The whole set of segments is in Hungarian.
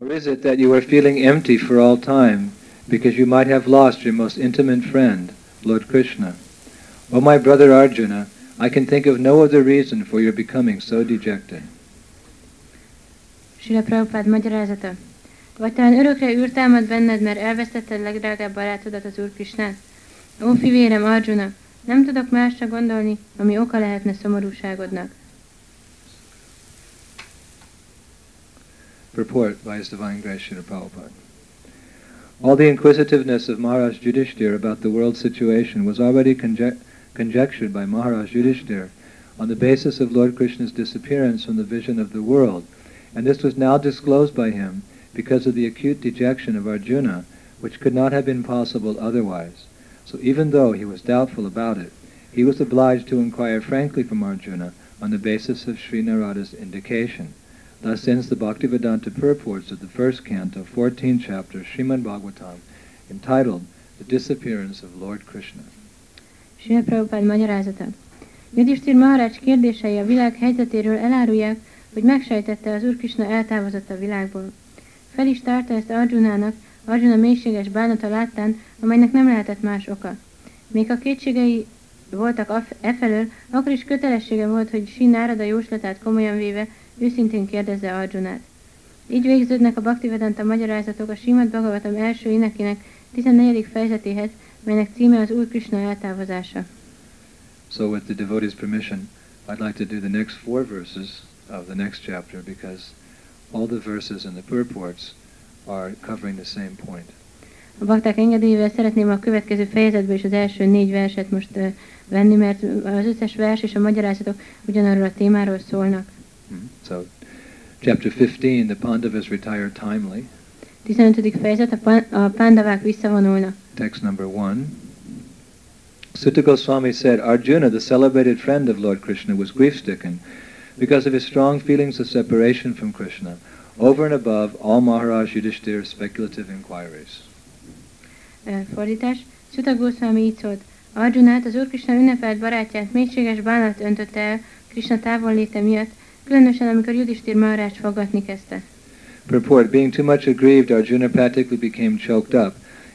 Or is it that you are feeling empty for all time because you might have lost your most intimate friend, Lord Krishna? O my brother Arjuna, I can think of no other reason for your becoming so dejected. Sila Prabhupád magyarázata. Vagy talán örökre űrtámad benned, mert elvesztetted legdrágább barátodat az Úr Krisnát? Ó, fivérem, Arjuna, nem tudok másra gondolni, ami oka lehetne szomorúságodnak. Purport by His Divine Grace Srila Prabhupada. All the inquisitiveness of Maharaj Yudhishthir about the world situation was already conje- conjectured by Maharaj Yudhishthir on the basis of Lord Krishna's disappearance from the vision of the world, and this was now disclosed by him because of the acute dejection of Arjuna, which could not have been possible otherwise. So even though he was doubtful about it, he was obliged to inquire frankly from Arjuna on the basis of Sri Narada's indication. Thus ends the Bhaktivedanta purports of the first canto, 14th chapter, Srimad Bhagavatam, entitled The Disappearance of Lord Krishna. Sila Prabhupád magyarázata. Judistír Maharács kérdései a világ helyzetéről elárulják, hogy megsejtette az Úr Krishna eltávozott a világból. Fel is tárta ezt Arjunának, Arjuna mélységes bánata láttán, amelynek nem lehetett más oka. Még ha kétségei voltak af- e felől, akkor is kötelessége volt, hogy Sri Nárada jóslatát komolyan véve őszintén kérdezze Arjunát. Így végződnek a Bhaktivedanta magyarázatok a Simad Bhagavatam első énekének 14. fejezetéhez, melynek címe az Úr Krishna eltávozása. So with the devotee's permission, I'd like to do the next four verses of the next chapter because all the verses in the purports are covering the same point. A bakták engedélyével szeretném a következő fejezetből is az első négy verset most ö, venni, mert az összes vers és a magyarázatok ugyanarról a témáról szólnak. So, chapter 15, the Pandavas retire timely. 15. fejezet, a, pan- a pándavák visszavonulnak. Text number one. Sutta Goswami said, Arjuna, the celebrated friend of Lord Krishna, was grief-stricken because of his strong feelings of separation from Krishna, over and above all Maharaj Yudhishthir's speculative inquiries. Ö, Fordítás. Sutta Goswami így szólt. Arjunát, az Úr Krishna ünnepelt barátját mélységes bánat öntötte el Krishna távolléte miatt, különösen amikor Judistír Maharács fogadni kezdte. Purport, being too much aggrieved, Arjuna practically became choked up,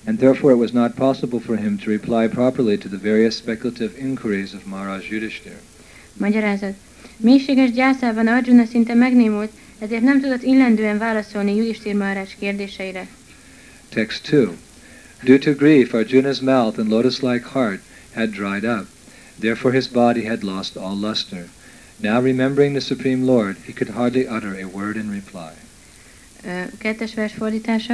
and therefore it was not possible for him to reply properly to the various speculative inquiries of Maharaj Yudhishthir. Magyarázat. Mélységes gyászában Arjuna szinte megnémult, ezért nem tudott illendően válaszolni Judistír Maharács kérdéseire. Text 2. Due to grief, Arjuna's mouth and lotus-like heart had dried up. Therefore his body had lost all luster. Now remembering the Supreme Lord, he could hardly utter a word in reply. Ö, Kettes vers fordítása.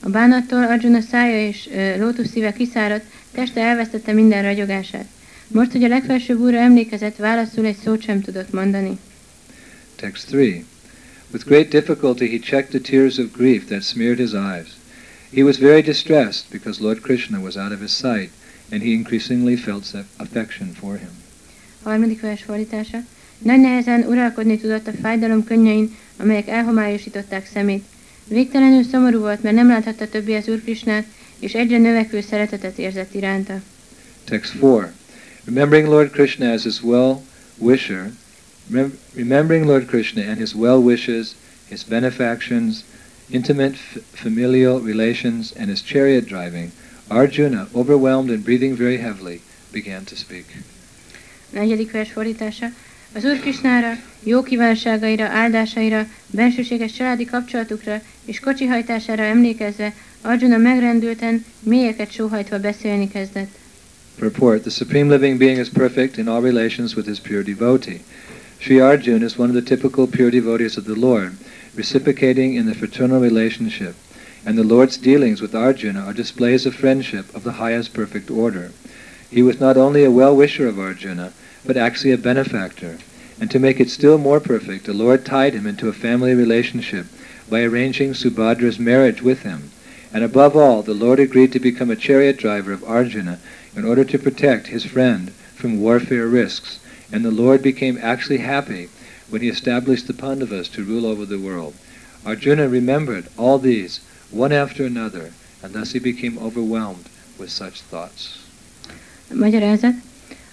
A bánattól Arjuna szája és ö, lótusz szíve kiszáradt, teste elvesztette minden ragyogását. Most, hogy a legfelsőbb úrra emlékezett, válaszul egy szót sem tudott mondani. Text 3. With great difficulty he checked the tears of grief that smeared his eyes. He was very distressed because Lord Krishna was out of his sight, and he increasingly felt se- affection for him. Harmadik vers fordítása. Nagy nehezen uralkodni tudott a fájdalom könnyein, amelyek elhomályosították szemét. Végtelenül szomorú volt, mert nem láthatta többé az Úr Krisnát, és egyre növekvő szeretetet érzett iránta. Text 4. Remembering Lord Krishna as his well-wisher, remem- remembering Lord Krishna and his well-wishes, his benefactions, intimate f- familial relations, and his chariot driving, Arjuna, overwhelmed and breathing very heavily, began to speak. Negyedik vers fordítása. Az Úr Krisnára, jó kívánságaira, áldásaira, bensőséges családi kapcsolatukra és kocsihajtására emlékezve, Arjuna megrendülten, mélyeket sóhajtva beszélni kezdett. Purport The Supreme Living Being is perfect in all relations with his pure devotee. Sri Arjun is one of the typical pure devotees of the Lord, reciprocating in the fraternal relationship, and the Lord's dealings with Arjuna are displays of friendship of the highest perfect order. He was not only a well wisher of Arjuna, but actually a benefactor. And to make it still more perfect, the Lord tied him into a family relationship by arranging Subhadra's marriage with him. And above all, the Lord agreed to become a chariot driver of Arjuna in order to protect his friend from warfare risks, and the Lord became actually happy when he established the Pandavas to rule over the world. Arjuna remembered all these, one after another, and thus he became overwhelmed with such thoughts. Magyarázat.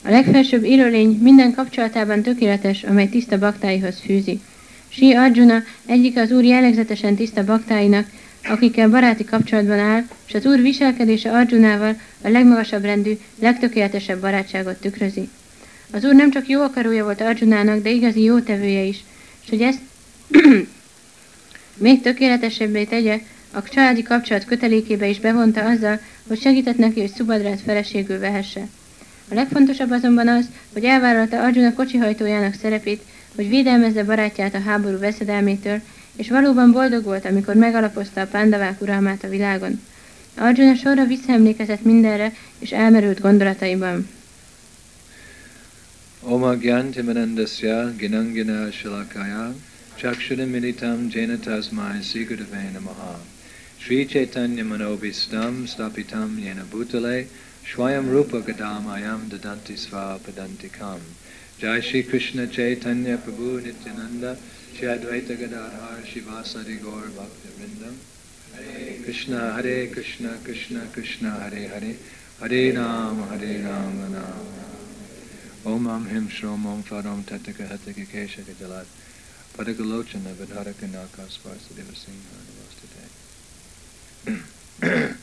A legfelsőbb élőlény minden kapcsolatában tökéletes, amely tiszta baktáihoz fűzi. Sri Arjuna egyik az úr jellegzetesen tiszta baktáinak, akikkel baráti kapcsolatban áll, és az úr viselkedése Arjunával a legmagasabb rendű, legtökéletesebb barátságot tükrözi. Az úr nem csak jó akarója volt Arjunának, de igazi jótevője is, és hogy ezt még tökéletesebbé tegye, a családi kapcsolat kötelékébe is bevonta azzal, hogy segített neki, hogy Szubadrát feleségül vehesse. A legfontosabb azonban az, hogy elvállalta Arjuna kocsihajtójának szerepét, hogy védelmezze barátját a háború veszedelmétől, és valóban boldog volt, amikor megalapozta a pándavák uralmát a világon. Arjuna sorra visszaemlékezett mindenre, és elmerült gondolataiban. Oma gyantimanandasya ginangina shalakaya chakshuramiditam jena tasmai sigurdave namaha Sri Chaitanya manobhistam stapitam jena bhutale svayam rupa gadamayam dadanti sva padantikam Jai Shri Krishna Chaitanya Prabhu Nityananda Shri Advaita Gadadhar Shivasari Gaur Bhakti Vrindam Hare Krishna Hare Krishna Krishna Krishna Hare Hare Hare Ram Hare Ram Ram Om Am Him Shrom Om Farom Tataka Hataka Kesha Gajalat Padagalochana Vidharaka Nakas Varsadeva Singha Namaste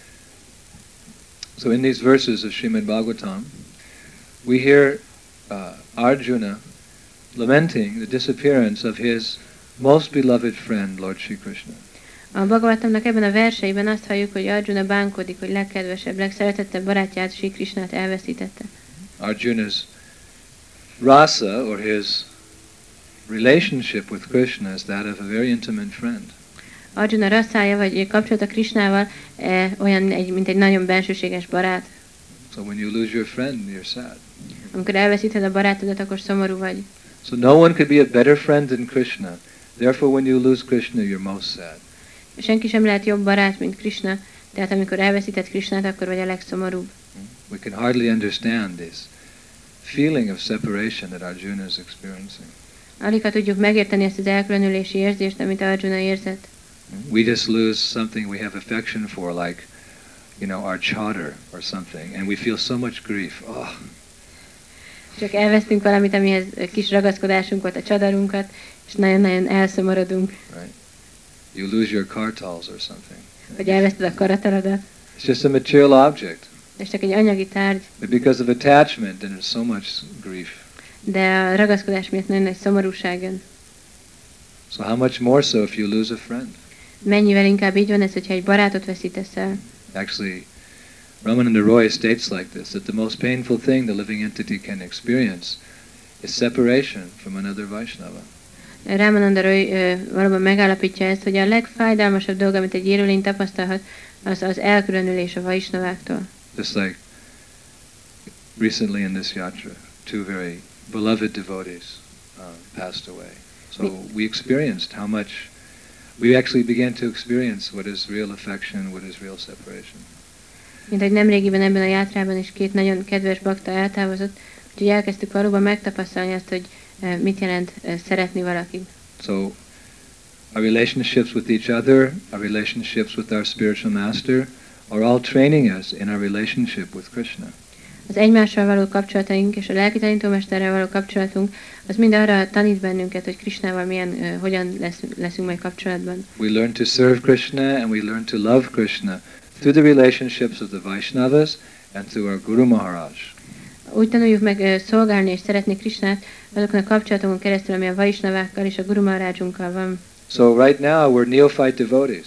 So in these verses of Srimad Bhagavatam, we hear uh, Arjuna lamenting the disappearance of his most beloved friend, Lord Sri Krishna. A Bhagavatamnak ebben a verseiben azt halljuk, hogy Arjuna bánkodik, hogy legkedvesebb, legszeretettebb barátját, Sri Krishnát elveszítette. Arjuna's rasa, or his relationship with Krishna, is that of a very intimate friend. Arjuna rasszája, vagy kapcsolata Krishnával eh, olyan, egy, mint egy nagyon bensőséges barát. So when you lose your friend, you're sad. Amikor elveszíted a barátodat, akkor szomorú vagy. So no one could be a better friend than Krishna. Therefore, when you lose Krishna, you're most sad. Senki sem lehet jobb barát, mint Krishna, tehát amikor elveszíted Krishnát, akkor vagy a legszomorúbb. We can hardly understand this feeling of separation that Arjuna is experiencing. Alig ha tudjuk megérteni ezt az elkülönülési érzést, amit Arjuna érzett. We just lose something we have affection for, like, you know, our chowder or something, and we feel so much grief. Oh, Csak elvesztünk valamit, amihez kis ragaszkodásunk volt, a csadarunkat, és nagyon-nagyon elszomorodunk, right? You lose your kartals or something. hogy elveszted a karataladat. It's just a material object. Ez csak egy anyagi tárgy, But because of attachment, then there's so much grief. de a ragaszkodás miatt nagyon nagy szomorúság jön. So how much more so if you lose a friend? Mennyivel inkább így van ez, hogyha egy barátot veszítesz el. Actually, Ramananda Roy states like this, that the most painful thing the living entity can experience is separation from another Vaishnava. Rámananda Roy ö, valóban megállapítja ezt, hogy a legfájdalmasabb dolog, amit egy élőlény tapasztalhat, az az elkülönülés a vaisnaváktól. Just like recently in this yatra, two very beloved devotees uh, passed away. So we experienced how much, we actually began to experience what is real affection, what is real separation. Mint hogy nemrégiben ebben a játrában is két nagyon kedves bakta eltávozott, úgyhogy elkezdtük valóban megtapasztalni azt, hogy ö, mit jelent ö, szeretni valakit. So our relationships with each other, our relationships with our spiritual master, are all training us in our relationship with Krishna. Az egymással való kapcsolataink és a lelki tanítómesterrel való kapcsolatunk, az mind arra tanít bennünket, hogy Krisnával milyen, ö, hogyan leszünk, leszünk majd kapcsolatban. We learn to serve Krishna and we learn to love Krishna through the relationships of the Vaishnavas and through our Guru Maharaj. Úgy tanuljuk meg ö, szolgálni és szeretni Krisnát azokon a kapcsolatokon keresztül, ami a vaisnavákkal és a Guru Maharajunkkal van. So right now we're neophyte devotees,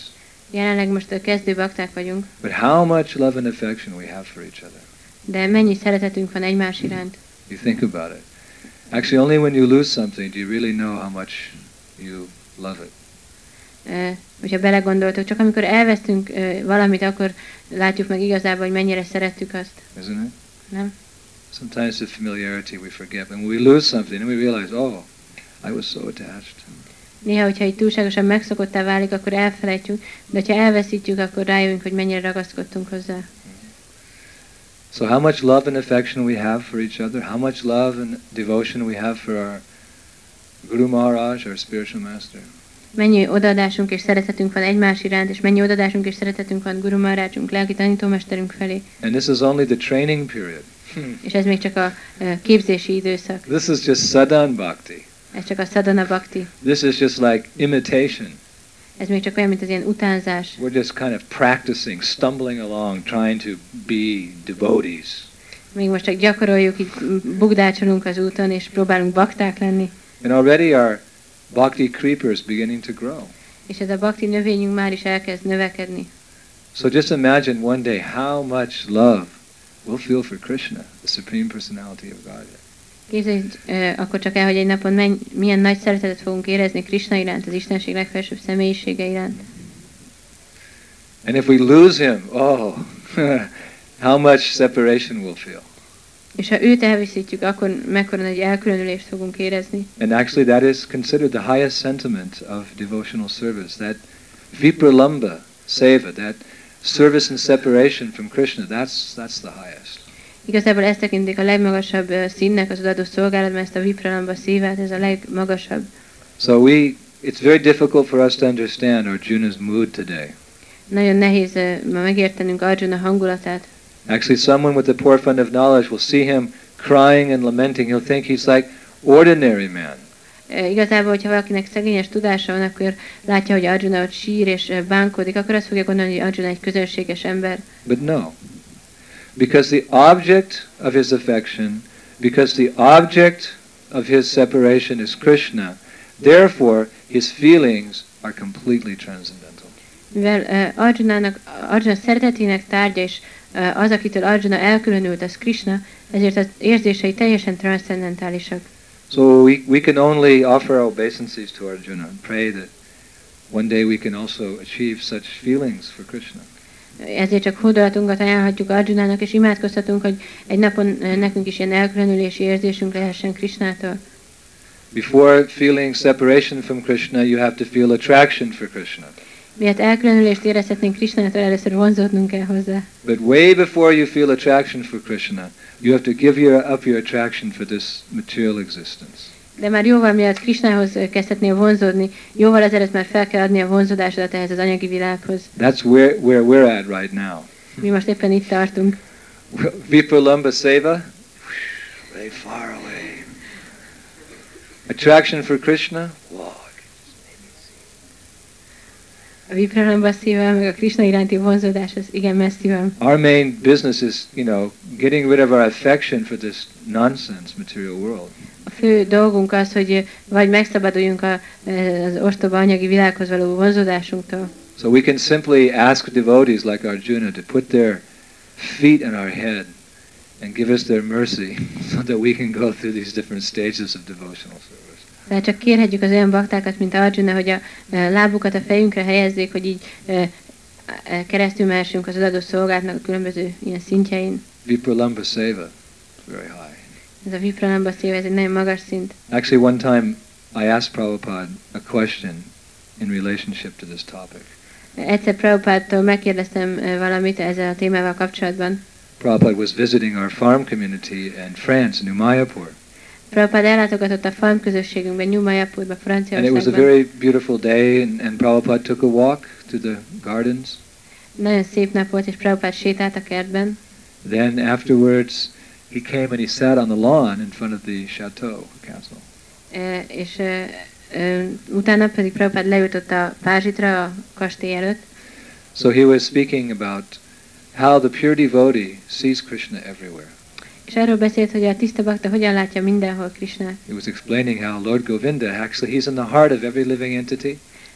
Jelenleg most a kezdő bakták vagyunk, but how much love and affection we have for each other. de mennyi szeretetünk van egymás iránt. You think about it. Actually, only when you lose something do you really know how much you love it. Ö, Hogyha belegondoltok, csak amikor elvesztünk ö, valamit, akkor látjuk meg igazából, hogy mennyire szerettük azt, Isn't it? nem? Sometimes the familiarity we forget. When we lose something and we realize, oh, I was so attached. Néha, hogyha így túlságosan megszokottá válik, akkor elfelejtjük, de ha elveszítjük, akkor rájövünk, hogy mennyire ragaszkodtunk hozzá. So how much love and affection we have for each other, how much love and devotion we have for our Guru Maharaj, our spiritual master. Mennyi odaadásunk és szeretetünk van egymás iránt, és mennyi odaadásunk és szeretetünk van Guru Maharajunk, lelki tanítómesterünk felé, And this is only the training period. Hmm. és ez még csak a ö, képzési időszak. This is just sadhan bhakti. Ez csak a sadhana bhakti. This is just like imitation. Ez még csak olyan, mint az ilyen utánzás. We're just kind of practicing, stumbling along, trying to be devotees. Még most csak gyakoroljuk, így bugdácsolunk az úton, és próbálunk bakták lenni. And already our bhakti creeper is beginning to grow. És ez a bakti növényünk már is elkezd növekedni. So just imagine one day how much love we'll feel for Krishna, the Supreme Personality of Godhead. Képzelj eh, akkor csak el, hogy egy napon menj, milyen nagy szeretetet fogunk érezni Krishna iránt, az Istenség legfelsőbb személyisége iránt. And if we lose him, oh, how much separation we'll feel. És ha őt elveszítjük, akkor mekkora nagy elkülönülést fogunk érezni. And actually, that is considered the highest sentiment of devotional service. That vipralamba seva, that service and separation from Krishna, that's, that's the highest. Igazából ezt tekintik a legmagasabb eh, színnek az adott szolgálatban, ezt a vipralamba szívát, ez a legmagasabb. So we, it's very difficult for us to understand Arjuna's mood today. Nagyon nehéz eh, ma megértenünk Arjuna hangulatát. Actually, someone with a poor fund of knowledge will see him crying and lamenting. He'll think he's like ordinary man. Eh, Igazából, hogyha valakinek szegényes tudása van, akkor látja, hogy Arjuna ott sír és eh, bánkodik, akkor azt fogja gondolni, hogy Arjuna egy közönséges ember. But no. Because the object of his affection, because the object of his separation is Krishna, therefore his feelings are completely transcendental. Mivel eh, Arjunának, Arjuna szeretetének tárgya és eh, az, akitől Arjuna elkülönült, az Krishna, ezért az érzései teljesen transzcendentálisak. So we, we can only offer our obeisances to Arjuna and pray that one day we can also achieve such feelings for Krishna. Ezért csak hódolatunkat ajánlhatjuk Arjunának, és imádkozhatunk, hogy egy napon eh, nekünk is ilyen elkülönülési érzésünk lehessen Krishnától. Before feeling separation from Krishna, you have to feel attraction for Krishna. Miért hát elkülönülést érezhetnénk Krishnától, először vonzódnunk kell hozzá. But way before you feel attraction for Krishna, you have to give your, up your attraction for this material existence. De már jóval mielőtt Krishnához eh, kezdhetnél vonzódni, jóval ezelőtt már fel kell adni a vonzódásodat ehhez az anyagi világhoz. That's where, where we're at right now. Mi most éppen itt tartunk. Vipralamba Seva, whoosh, way far away. Attraction for Krishna, whoa. A vipralamba szívem, meg a Krishna iránti vonzódás, az igen messzi van. Our main business is, you know, getting rid of our affection for this nonsense material world. A fő dolgunk az, hogy eh, vagy megszabaduljunk a, eh, az ostoba anyagi világhoz való vonzódásunktól. So we can simply ask devotees like Arjuna to put their feet in our head and give us their mercy so that we can go through these different stages of devotional service. Tehát Szóval csak kérhetjük az olyan baktákat, mint Arjuna, hogy a e, lábukat a fejünkre helyezzék, hogy így e, e, keresztül mehessünk az adott szolgálatnak a különböző ilyen szintjein. Vipralamba Seva, very high. Ez a vipralamba szív, ez egy nagyon magas szint. Actually, one time I asked Prabhupada a question in relationship to this topic. Egyszer Prabhupádtól megkérdeztem e, valamit ezzel a témával kapcsolatban. Prabhupada was visiting our farm community in France, New Mayapur. Prabhupád ellátogatott a farm közösségünkben, Nyumajapurba, And it was a Franciaországban. very beautiful day, and, and Prabhupada took a walk through the gardens. Nagyon szép nap volt, és Prabhupád sétált a kertben. Then afterwards, he came and he sat on the lawn in front of the chateau castle. E, és e, e, utána pedig Prabhupád leültött a pázsitra a kastély előtt, So he was speaking about how the pure devotee sees Krishna everywhere. és arról beszélt, hogy a tiszta bakta hogyan látja mindenhol Krisnát. He was explaining how Lord Govinda, actually, he's in the heart of every living entity.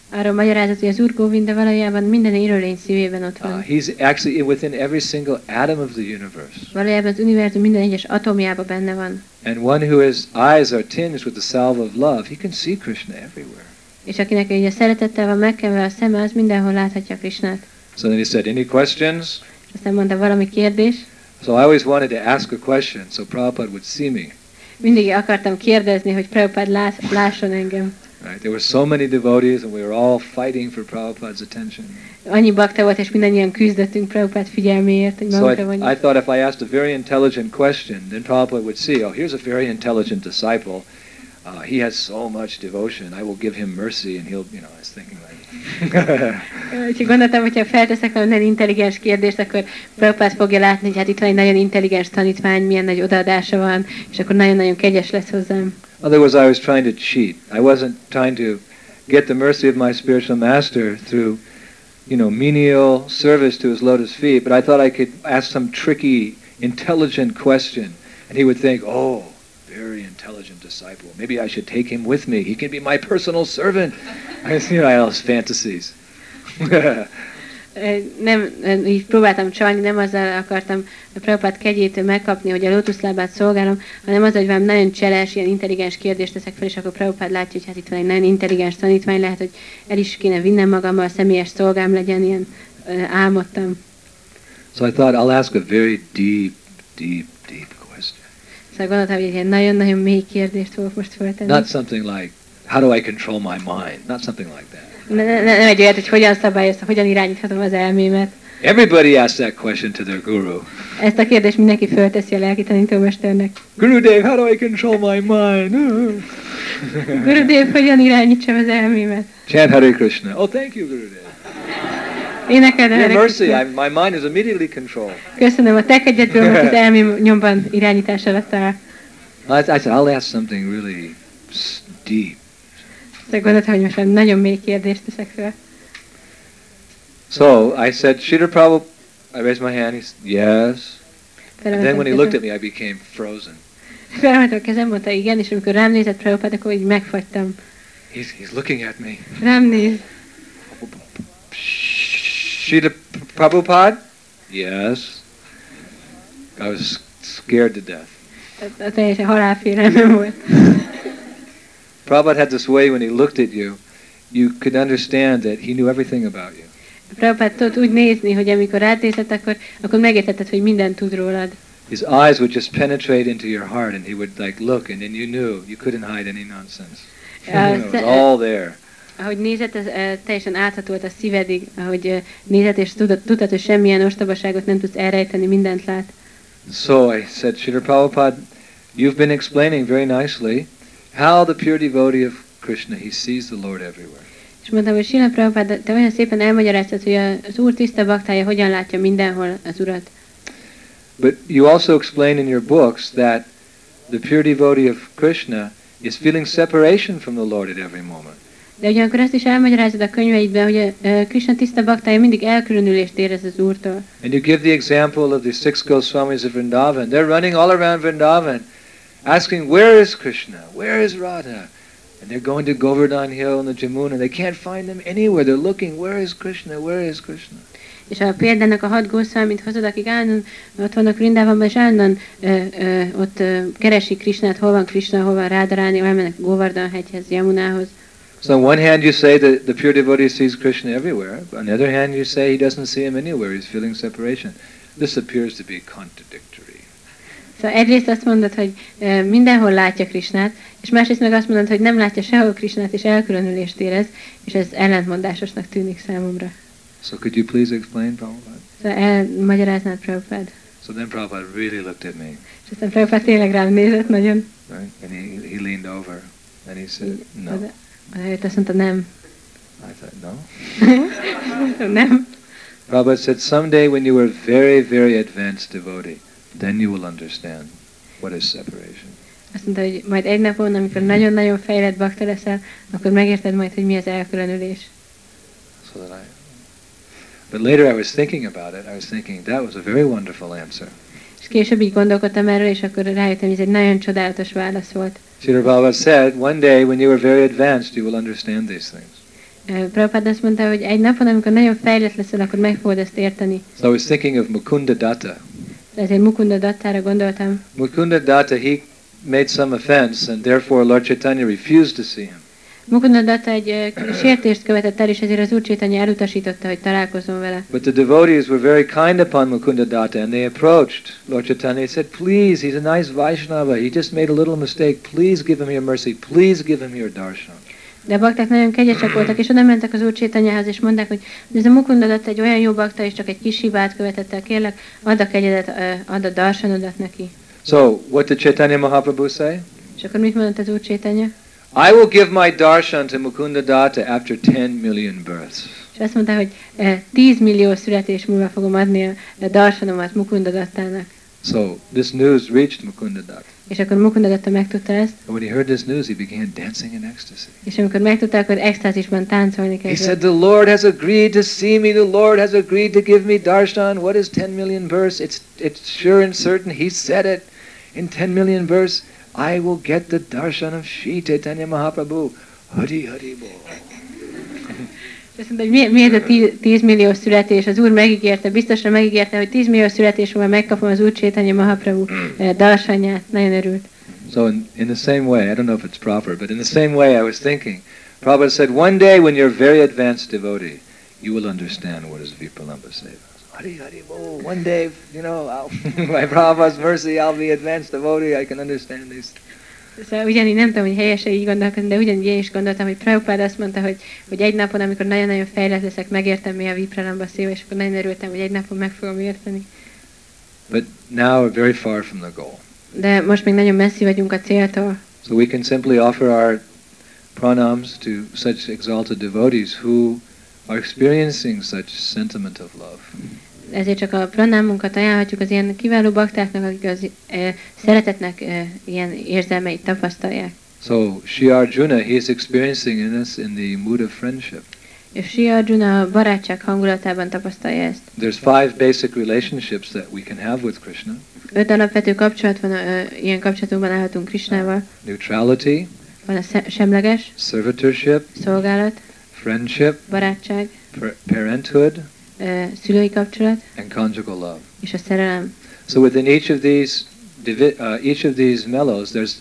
Arról magyarázott, hogy az Úr Govinda valójában minden élőlény szívében ott Uh, van. he's actually within every single atom of the universe. Valójában az univerzum minden egyes atomjában benne van. And one who his eyes are tinged with the salve of love, he can see Krishna everywhere. És akinek ugye szeretettel van megkenve a szeme, az mindenhol láthatja Krisnát. So then he said, Any questions? És aztán mondta valami kérdés. So I always wanted to ask a question so Prabhupada would see me. Mindig akartam kérdezni, hogy Prabhupád lát, lásson engem. Right? There were so many devotees, and we were all fighting for Prabhupada's attention. Annyi bakta volt, és mindannyian küzdöttünk Prabhupád figyelméért, hogy So I, magunkra I vonjuk. thought if I asked a very intelligent question, then Prabhupada would see, oh, here's a very intelligent disciple. Uh, he has so much devotion. I will give him mercy, and he'll, you know, I was thinking like. Ö, Úgyhogy gondoltam, hogyha felteszek valamilyen intelligens kérdést, akkor Prabhupád fogja látni, hogy hát itt van egy nagyon intelligens tanítvány, milyen nagy odaadása van, és akkor nagyon-nagyon kegyes lesz hozzám. Otherwise, I was trying to cheat. I wasn't trying to get the mercy of my spiritual master through, you know, menial service to his lotus feet, but I thought I could ask some tricky, intelligent question, and he would think, oh, very intelligent disciple. Maybe I should take him with me. He can be my personal servant. I, you know, I had all those fantasies. Ö, Nem, ö, így próbáltam csalni, nem azzal akartam a Prabhupát kegyét megkapni, hogy a lótuszlábát szolgálom, hanem az, hogy valami nagyon cseles, ilyen intelligens kérdést teszek fel, és akkor Prabhupád látja, hogy hát itt van egy nagyon intelligens tanítvány, lehet, hogy el is kéne vinnem magammal, személyes szolgám legyen, ilyen ö, álmodtam. So I thought, I'll ask a very deep, deep, deep question. Szóval gondoltam, hogy egy ilyen nagyon-nagyon mély kérdést fogok most föltenni. Not something like, how do I control my mind? Not something like that. Ne, ne, ne, nem egy olyat, hogy hogyan szabályoztam, hogyan irányíthatom az elmémet. Everybody asks that question to their guru. Ezt a kérdést mindenki fölteszi a lelki tanítómesternek. Gurudev, how do I control my mind? Gurudev, hogyan irányítsam az elmémet? Chant Hare Krishna. Oh, thank you, Gurudev. Énekelj a Your Hare mercy, Krishna. I, my mind is immediately controlled. Köszönöm a te kegyedből, most az elmém nyomban irányítás alatt áll. I, I said, I'll ask something really s- deep. Szóval gondoltam, hogy most már nagyon mély kérdést teszek fel. So I said, Sridhar Prabhu, I raised my hand. He said, yes. And then Felemeltem when he a looked at kezem- me, I became frozen. Felemeltem a kezem, mondta igen, és amikor rám nézett Prabhupát, akkor így megfagytam. He's, he's looking at me. Rám néz. Srila Prabhupada? Yes. I was scared to death. A- a Teljesen halálfélelmem volt. Prabhupada had this way when he looked at you, you could understand that he knew everything about you. Prabhupát tudott úgy nézni, hogy amikor rátézett, akkor, akkor megértetted, hogy mindent tud rólad. His eyes would just penetrate into your heart and he would like look and then you knew. You couldn't hide any nonsense. You know, Uh, it was so- all there. Ahogy nézett, ez eh, teljesen áthatolt a szívedig, ahogy eh, nézett, és tudod, tudtad, hogy semmilyen ostobaságot nem tudsz elrejteni, mindent lát. So I said, Srila Prabhupada, you've been explaining very nicely how the pure devotee of Krishna, he sees the Lord everywhere. És mondtam, hogy Sila Prabhupád, te olyan szépen elmagyaráztad, hogy az Úr tiszta baktája hogyan látja mindenhol az Urat. But you also explain in your books that the pure devotee of Krishna is feeling separation from the Lord at every moment. De ugyanakkor azt is elmagyarázod a könyveidben, hogy eh, Krishna tiszta baktája mindig elkülönülést érez az Úrtól. And you give the example of the six Goswamis of Vrindavan. They're running all around Vrindavan asking, Where is Krishna? Where is Radha? And they're going to Govardhan Hill and the Jamuna. They can't find them anywhere. They're looking, Where is Krishna? Where is Krishna? És a példának a hat gószalmit hozod, akik állandóan ott vannak Rindában, és állandóan ö, ö, ott ö, keresik Krisnát, hol van Krishna, hol van Rádaráni, elmennek Govardhan hegyhez, Yamunához. So, on one hand, you say that the pure devotee sees Krishna everywhere. On the other hand, you say he doesn't see him anywhere. He's feeling separation. This appears to be contradictory. Szóval egyrészt azt mondod, hogy ö, mindenhol látja Krisnát, és másrészt meg azt mondod, hogy nem látja sehol Krisnát, és elkülönülést érez, és ez ellentmondásosnak tűnik számomra. So could you please explain, Prabhupada? Szóval elmagyaráznád Prabhupád. So then Prabhupada really looked at me, És aztán Prabhupád tényleg rám nézett nagyon. right? And he, he leaned over and he said, No. Odaért azt mondta, nem. I thought, No. nem. Prabhupada said, Someday when you are a very, very advanced devotee, then you will understand what is separation. Azt mondta, hogy majd egy napon, amikor nagyon-nagyon fejlett bakta leszel, akkor megérted majd, hogy mi az elkülönülés. So that I. But later I was thinking about it. I was thinking, that was a very wonderful answer. És később így gondolkodtam erről, és akkor rájöttem, hogy ez egy nagyon csodálatos válasz volt. Srila Prabhupada said, One day when you are very advanced, you will understand these things. Ö, Prabhupád azt mondta, hogy egy napon, amikor nagyon fejlett leszel, akkor meg fogod ezt érteni. So I was thinking of Mukunda Datta. Ezért Mukunda Dattára gondoltam. Mukunda Datta, he made some offense, and therefore Lord Chaitanya refused to see him. Mukunda Datta egy ö, sértést követett el, és ezért az Úr Csétanya elutasította, hogy találkozom vele. But the devotees were very kind upon Mukunda Datta, and they approached Lord Chaitanya and said, Please, he's a nice Vaishnava. He just made a little mistake. Please give him your mercy. Please give him your darshan. De a bakták nagyon kegyesek voltak, és oda mentek az Úr Csétanyához, és mondták, hogy ez a Mukunda Datta egy olyan jó bakta, és csak egy kis hibát követett el, kérlek, add a kegyedet, ö, add a darsanodat neki. So, what did Chaitanya Mahaprabhu say? És akkor mit mondott az Úr Csétanya? I will give my darshan to Mukunda Datta after 10 million births. És azt mondta, hogy ö, 10 millió születés múlva fogom adni a a darsanomat Mukunda Dattának. So this news reached Mukunda Dutt. És akkor Mukunda Datta megtudta ezt, And when he heard this news, he began dancing in ecstasy. és amikor megtudta, akkor extázisban táncolni He kezdett. said, The Lord has agreed to see me. The Lord has agreed to give me darshan. What is 10 million verse? It's, it's sure and certain. He said it. In 10 million verse, I will get the darshan of Sri Chaitanya Mahaprabhu. Hari Hari Bol. És Azt mondta, hogy mi, miért a tí- 10 millió születés? Az úr megígérte, biztosan megígérte, hogy 10 millió születés, múlva megkapom az úr Csétanya Mahaprabhu eh, darsanyát. Nagyon örült. So in, in the same way, I don't know if it's proper, but in the same way I was thinking, Prabhupada said, one day when you're a very advanced devotee, you will understand what is Vipalamba Seva. Hari Hari Bol. One day, you know, I'll, by Prabhupada's mercy, I'll be advanced devotee. I can understand these Szóval ugyanígy nem tudom, hogy helyesen így gondolkodni, de ugyanígy én is gondoltam, hogy Prabhupád azt mondta, hogy, hogy egy napon, amikor nagyon-nagyon fejlett leszek, megértem mi a Vipralamba szíve, és akkor nagyon örültem, hogy egy napon meg fogom érteni. But now we're very far from the goal. De most még nagyon messzi vagyunk a céltól. So we can simply offer our pranams to such exalted devotees who are experiencing such sentiment of love. Ezért csak a pranámunkat ajánlhatjuk az ilyen kiváló baktáknak, akik az eh, szeretetnek eh, ilyen érzelmeit tapasztalják. So Sri Arjuna, he is experiencing in this in the mood of friendship. És Sri Arjuna a barátság hangulatában tapasztalja ezt. There's five basic relationships that we can have with Krishna. Öt alapvető kapcsolat van, ö, ilyen kapcsolatunkban állhatunk Krisnával. Neutrality, Van a sze- semleges, servitorship, szolgálat, friendship, barátság, par- parenthood, ö, szülői kapcsolat and conjugal love. és a szerelem. So within each of these divi- uh, each of these mellows, there's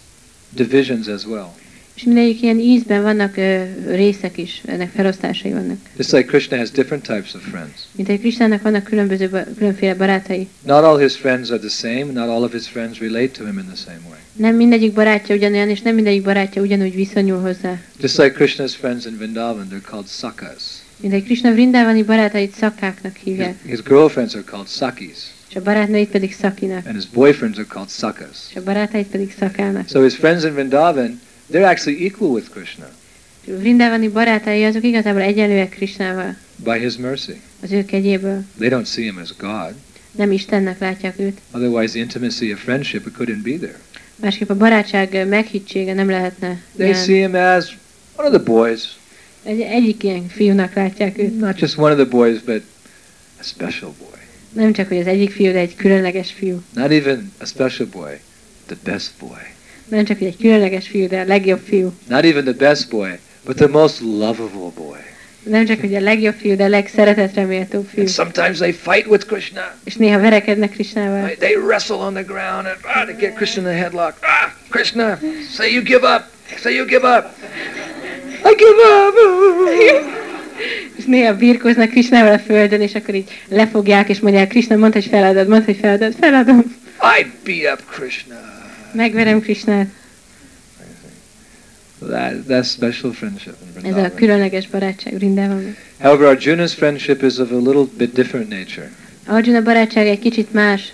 divisions as well. És mindegyik ilyen ízben vannak ö, részek is, ennek felosztásai vannak. Just like Krishna has different types of friends. Mint egy Krisnának vannak különböző, ba- különféle barátai. Not all his friends are the same, not all of his friends relate to him in the same way. Nem mindegyik barátja ugyanolyan, és nem mindegyik barátja ugyanúgy viszonyul hozzá. Just like Krishna's friends in Vrindavan, they're called sakas. Mint egy Krishna Vrindávani barátait szakáknak His, hívják, his girlfriends are called sakis, és a barátnőit pedig szakinak, and his boyfriends are called sakas. és a barátait pedig szakának. So his friends in Vrindavan, they're actually equal with Krishna Vrindávani barátai azok igazából egyenlőek Krisnával, by his mercy. az ő kegyéből. They don't see him as God. Nem Istennek látják őt. Otherwise, the intimacy of friendship couldn't be there. Másképp a barátság ö, meghittsége nem lehetne. They see him as one of the boys. Egy, egyik ilyen fiúnak látják őt. Not just one of the boys, but a special boy. Nem csak, hogy az egyik fiú, de egy különleges fiú. Not even a special boy, the best boy. Nem csak, hogy egy különleges fiú, de a legjobb fiú. Not even the best boy, but the most lovable boy. Nem csak, hogy a legjobb fiú, de a legszeretetre méltóbb fiú. And sometimes they fight with Krishna. És néha verekednek Krisnával. They- They wrestle on the ground and, ah, to get Krishna in the headlock. Ah, Krishna, say you give up. Say you give up. I give up. És néha birkóznak Krisnával a földön, és akkor így lefogják, és mondják, Krisna, mondd, hogy feladod, mondd, hogy feladod, feladom. I beat up Krishna. Megverem Krisnát. That, that's special friendship. in Ez a Vrindavan. különleges barátság Vrindában. However, Arjuna's friendship is of a little bit different nature. Arjuna barátság egy kicsit más,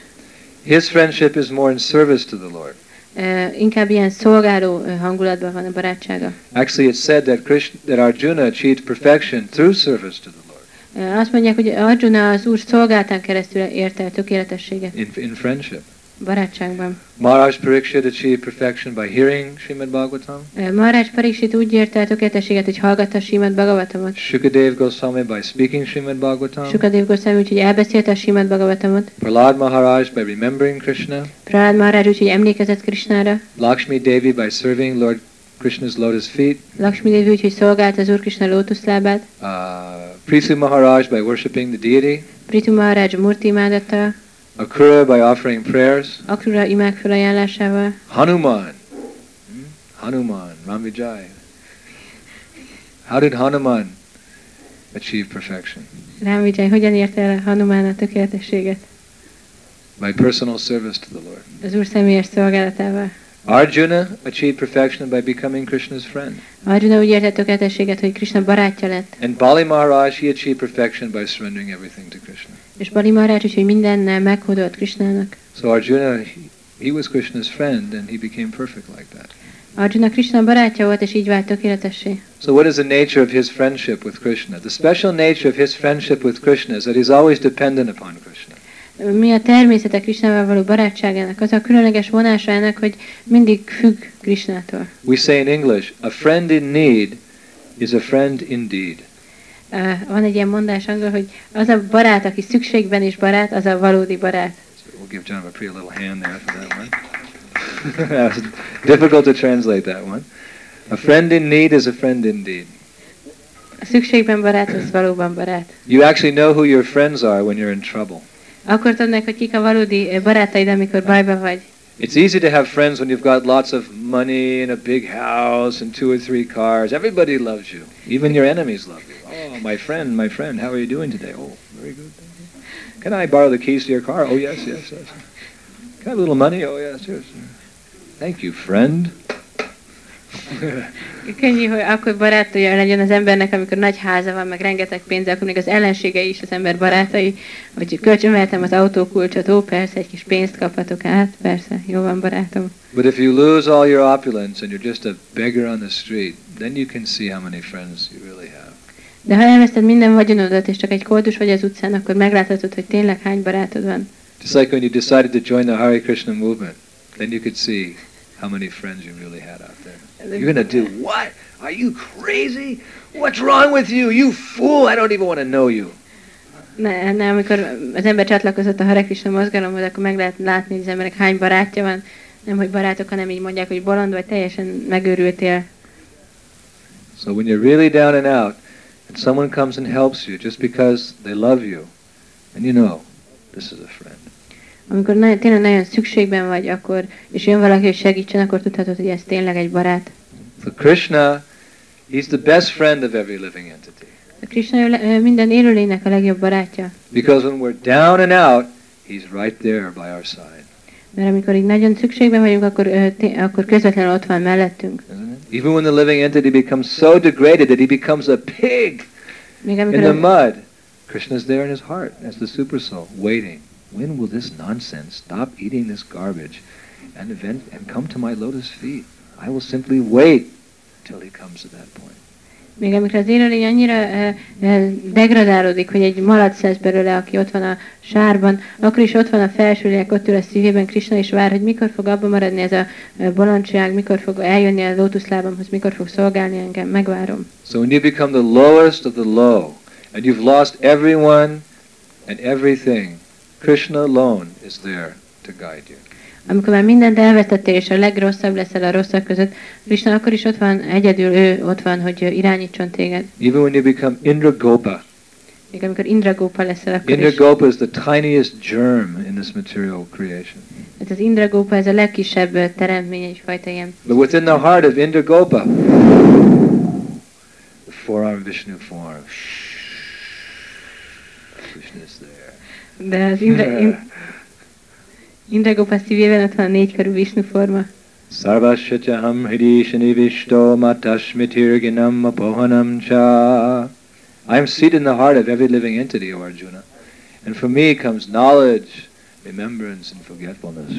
His friendship is more in service to the Lord. ö, inkább ilyen szolgáló ö, hangulatban van a barátsága. Actually, it's said that, Krishna, that Arjuna achieved perfection through service to the Lord Ö, Azt mondják, hogy Arjuna az Úr szolgáltán keresztül érte el tökéletességet in, in friendship. barátságban. Maharaj Pariksit achieved perfection by hearing Srimad Bhagavatam. Ö, Maharaj Pariksit úgy érte el tökéletességet, hogy hallgatta Simad Bhagavatamot. Shukadev Goswami by speaking Srimad Bhagavatam. Sukadev Goswami úgy, hogy elbeszélte a Simad Bhagavatamot. Prahlad Maharaj by remembering Krishna. Prahlad Maharaj úgy, hogy emlékezett Krisnára. Lakshmi Devi by serving Lord Krishna's lotus feet. Lakshmi Devi úgy, hogy szolgált az Úr Krishna lótuszlábát. Uh, Prithu Maharaj by worshipping the deity. Pritu Maharaj Murti imádata, Akura by offering prayers. Akrura imák felajánlásával. Hanuman. Hmm? Hanuman, Ramvijay. How did Hanuman achieve perfection? Rám Vijay, hogyan érte el Hanumán a tökéletességet? By personal service to the Lord. Az Úr személyes szolgálatával. Arjuna achieved perfection by becoming Krishna's friend. Arjuna úgy érte tökéletességet, hogy Krishna barátja lett, And Bali Maharaj, he achieved perfection by surrendering everything to Krishna. és Bali Maharaj úgy, hogy mindennel meghódolt Krishnának. So Arjuna, he, he was Krishna's friend and he became perfect like that. Arjuna Krishna barátja volt, és így vált tökéletessé. So what is the nature of his friendship with Krishna? The special nature of his friendship with Krishna is that he's always dependent upon Krishna. mi a természete Krisnával való barátságának, az a különleges vonása ennek, hogy mindig függ Krisnától. We say in English, a friend in need is a friend indeed. Uh, Van egy ilyen mondás angol, hogy az a barát, aki szükségben is barát, az a valódi barát. So we'll give John McPhee a little hand there for that one. that was difficult to translate that one. A friend in need is a friend indeed. A szükségben barát, az valóban barát. You actually know who your friends are when you're in trouble. Akkor tudod meg, hogy kik a valódi eh, barátaid, amikor bajban vagy. It's easy to have friends when you've got lots of money and a big house and two or three cars. Everybody loves you. Even your enemies love you. Oh, my friend, my friend, how are you doing today? Oh, very good. thank you. Can I borrow the keys to your car? Oh, yes, yes, yes. Can I have a little money? Oh, yes, yes. Thank you, friend. Könnyű, hogy akkor barátja legyen az embernek, amikor nagy háza van, meg rengeteg pénze, akkor még az ellenségei is az ember barátai, hogy kölcsönvehetem az autókulcsot, ó, persze, egy kis pénzt kaphatok át, persze, jó van barátom. But if you lose all your opulence and you're just a beggar on the street, then you can see how many friends you really have. De ha elveszted minden vagyonodat, és csak egy koldus vagy az utcán, akkor megláthatod, hogy tényleg hány barátod van. Just like when you decided to join the Hare Krishna movement, then you could see how many friends you really had out there. You're gonna do what? Are you crazy? What's wrong with you? You fool! I don't even want to know you. Ne, ne, amikor az ember csatlakozott a Hare Krishna mozgalomhoz, akkor meg lehet látni, hogy az emberek hány barátja van. Nem, hogy barátok, hanem így mondják, hogy bolond vagy, teljesen megőrültél. So when you're really down and out, and someone comes and helps you just because they love you, and you know, this is a friend. Amikor nagyon, tényleg nagyon szükségben vagy, akkor, és jön valaki, hogy segítsen, akkor tudhatod, hogy ez tényleg egy barát. So Krishna, he's the best friend of every living entity. A Krishna ő le- ő minden élőlénynek a legjobb barátja. Because when we're down and out, he's right there by our side, Mert amikor így nagyon szükségben vagyunk, akkor, ö, té- akkor közvetlenül ott van mellettünk. isn't it? Even when the living entity becomes so degraded that he becomes a pig Még in amikor the a, mud, Krishna's there in his heart as the super soul, waiting. When will this nonsense stop eating this garbage and event and come to my lotus feet? I will simply wait till he comes to that point. még amikor az élőlény annyira ö, ö, degradálódik, hogy egy malac lesz belőle, aki ott van a sárban, akkor is ott van a felső lélek, ott ül a szívében Krishna és vár, hogy mikor fog abba maradni ez a ö, bolondság, mikor fog eljönni a lótuszlábamhoz, mikor fog szolgálni engem, megvárom. So when you become the lowest of the low, and you've lost everyone and everything, Krishna alone is there to guide you. Amikor már mindent elvetettél, és a legrosszabb leszel a rosszak között, Krishna akkor is ott van, egyedül ő ott van, hogy ö, irányítson téged. Even when you become Indragopa, Még amikor Indragópa leszel, akkor is. Indragopa is the tiniest germ in this material creation. Hát az Indragópa ez a legkisebb ö, teremtmény, egyfajta ilyen. But within the heart of Indragopa, the forearm Vishnu form. Krishna is there. De az Indra, in, Indragópa szívében ott van a négykörű Vishnu forma. Sarvashachaham hidi shanivishto matasmitirginam apohanam cha. I am seated in the heart of every living entity, O Arjuna. And from me comes knowledge, remembrance, and forgetfulness.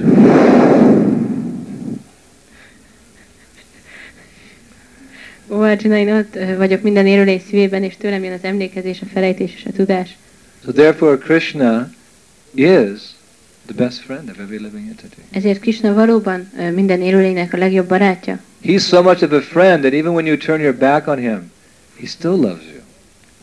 Ó, Arjuna, én ott ö, vagyok minden élőlény szívében, és tőlem jön az emlékezés, a felejtés és a tudás. So therefore, Krishna is the best friend of every living entity. Ezért Krishna valóban ö, minden élőlénynek a legjobb barátja. He's so much of a friend that even when you turn your back on him, he still loves you.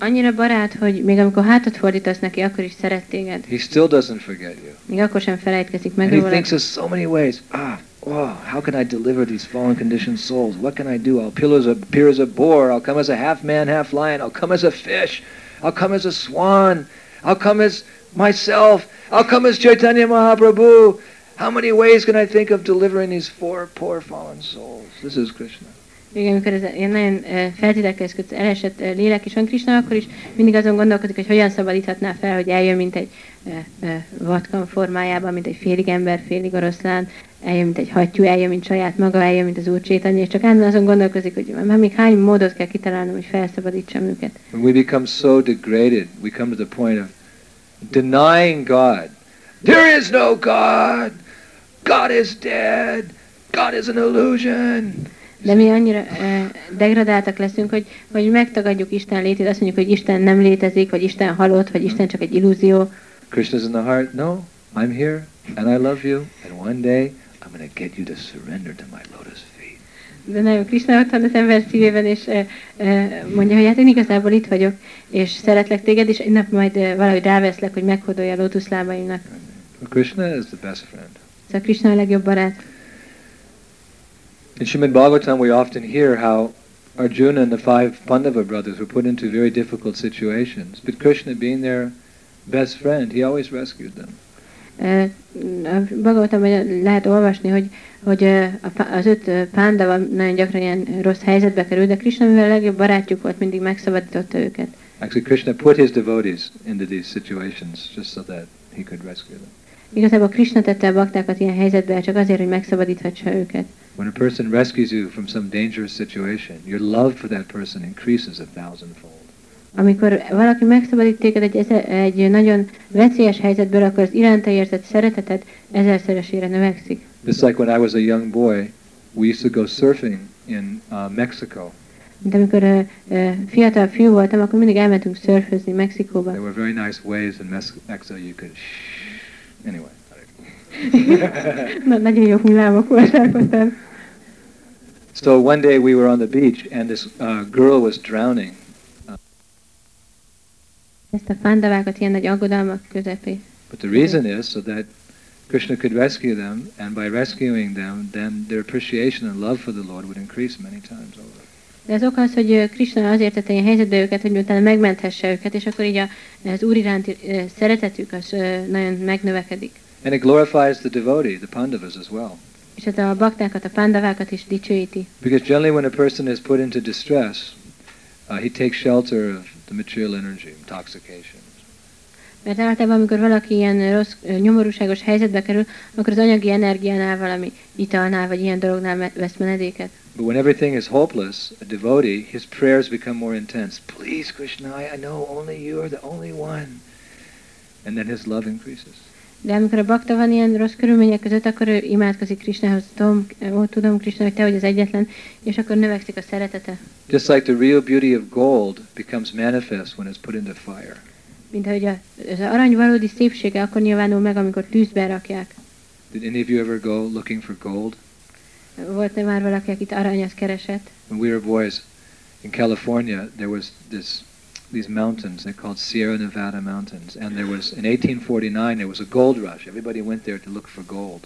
Annyira barát, hogy még amikor hátat fordítasz neki, akkor is szeret téged. He still doesn't forget you. Még akkor sem felejtkezik meg And he róla. thinks of so many ways. Ah, oh, how can I deliver these fallen conditioned souls? What can I do? I'll appear as a, appear as a boar. I'll come as a half man, half lion. I'll come as a fish. I'll come as a swan. I'll come as myself. I'll come as Chaitanya Mahaprabhu. How many ways can I think of delivering these four poor fallen souls? This is Krishna. Igen, amikor ez ilyen nagyon ö, feltételkezködött, elesett ö, lélek is van Krishna, akkor is mindig azon gondolkodik, hogy hogyan szabadíthatná fel, hogy eljön, mint egy ö, ö, vatkan formájában, mint egy félig ember, félig oroszlán, eljön, mint egy hattyú, eljön, mint saját maga, eljön, mint az úr Csétanya, és csak állandóan azon gondolkozik, hogy már még hány módot kell kitalálnom, hogy felszabadítsam őket. When we become so degraded, we come to the point of denying God. There is no God. God is dead. God is an illusion. De mi annyira ö, degradáltak leszünk, hogy, hogy megtagadjuk Isten létét, azt mondjuk, hogy Isten nem létezik, vagy Isten halott, vagy Isten csak egy illúzió. Krishna's in the heart, no, I'm here and I love you and one day I'm going to get you to surrender to my lotus feet. De nagyon Krishna ott van az ember szívében, és ö, ö, mondja, hogy hát én igazából itt vagyok, és szeretlek téged, és egy nap majd ö, valahogy ráveszlek, hogy meghódolja a lótuszlábaimnak. But Krishna is the best friend. Szóval Krishna a legjobb barát. In Srimad Bhagavatam, we often hear how Arjuna and the five Pandava brothers were put into very difficult situations, but Krishna, being their best friend, he always rescued them. Ö, Eh, A Bhagavatamban lehet olvasni, hogy, hogy ö, a pá- az öt ö, pándava nagyon gyakran ilyen rossz helyzetbe került, de Krishna, mivel a legjobb barátjuk volt, mindig megszabadította őket. Actually, Krishna put his devotees into these situations just so that he could rescue them. Igazából Krishna tette a baktákat ilyen helyzetbe, csak azért, hogy megszabadíthassa őket. When a person rescues you from some dangerous situation, your love for that person increases a thousandfold. Amikor valaki megszabadít téged egy, ezer- egy nagyon veszélyes helyzetből, akkor az iránta érzett szereteted ezerszeresére növekszik. Just like when I was a young boy, we used to go surfing in uh, Mexico. Mint amikor ö, ö, fiatal fiú voltam, akkor mindig elmentünk szörfözni Mexikóba. There were very nice waves in Mes- Mexico. You could shh. Anyway. Na, nagyon jó hullámok voltak ott. fenn. So one day we were on the beach and this uh, girl was drowning. uh, Ezt a pándavákat ilyen nagy aggodalmak közepé. But the reason is so that Krishna could rescue them, and by rescuing them, then their appreciation and love for the Lord would increase many times over. De az ok az, hogy ö, Krishna azért tette ilyen helyzetbe őket, hogy utána megmenthesse őket, és akkor így a, az úr iránti ö, szeretetük az ö, nagyon megnövekedik. And it glorifies the devotee, the Pandavas as well. És hát a baktákat, a pándavákat is dicsőíti. Because generally, when a person is put into distress, uh, he takes shelter of the material energy, intoxication. Mert általában, amikor valaki ilyen rossz, ö, nyomorúságos helyzetbe kerül, akkor az anyagi energiánál valami italnál, vagy ilyen dolognál me- vesz menedéket. But when everything is hopeless, a devotee, his prayers become more intense. Please, Krishna, I I know only you are the only one. And then his love increases. De amikor a bakta van ilyen rossz körülmények között, akkor ő imádkozik Krisnához, tudom, ó, tudom Krisna, hogy te vagy az egyetlen, és akkor növekszik a szeretete. Just like the real beauty of gold becomes manifest when it's put into fire. Mint ahogy a, az arany valódi szépsége akkor nyilvánul meg, amikor tűzbe rakják. Did any of you ever go looking for gold? Volt-e már valaki, akit aranyat keresett? When we were boys in California, there was this these mountains they're called Sierra Nevada mountains, and there was in 1849 there was a gold rush. Everybody went there to look for gold.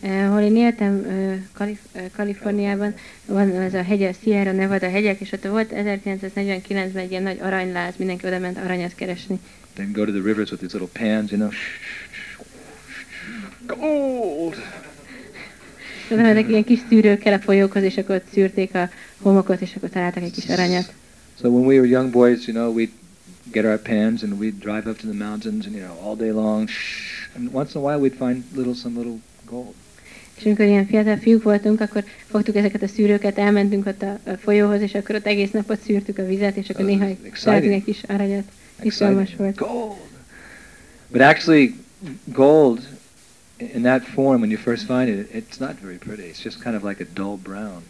Eh, Hol én éltem eh, Kalif- eh, Kaliforniában, van ez a hegye, Sierra Nevada hegyek, és ott volt 1949-ben egy ilyen nagy aranyláz, mindenki oda ment aranyat keresni. Then go to the rivers with these little pans, you know. Gold. És oda mentek ilyen kis szűrőkkel a folyókhoz, és akkor ott szűrték a homokot, és akkor találtak egy kis aranyat. So when we were young boys, you know, we'd get our pans and we'd drive up to the mountains and you know all day long. And once in a while, we'd find little some little gold. És amikor ilyen fiatal fiúk voltunk, akkor fogtuk ezeket a szűrőket, elmentünk ott a a folyóhoz, és akkor ott egész napot szűrtük a vizet, és akkor Az néha exciting. találtunk egy kis aranyat. Izgalmas Exciting. volt. Gold. But actually, gold i- in that form, when you first find it, it's not very pretty. It's just kind of like a dull brown.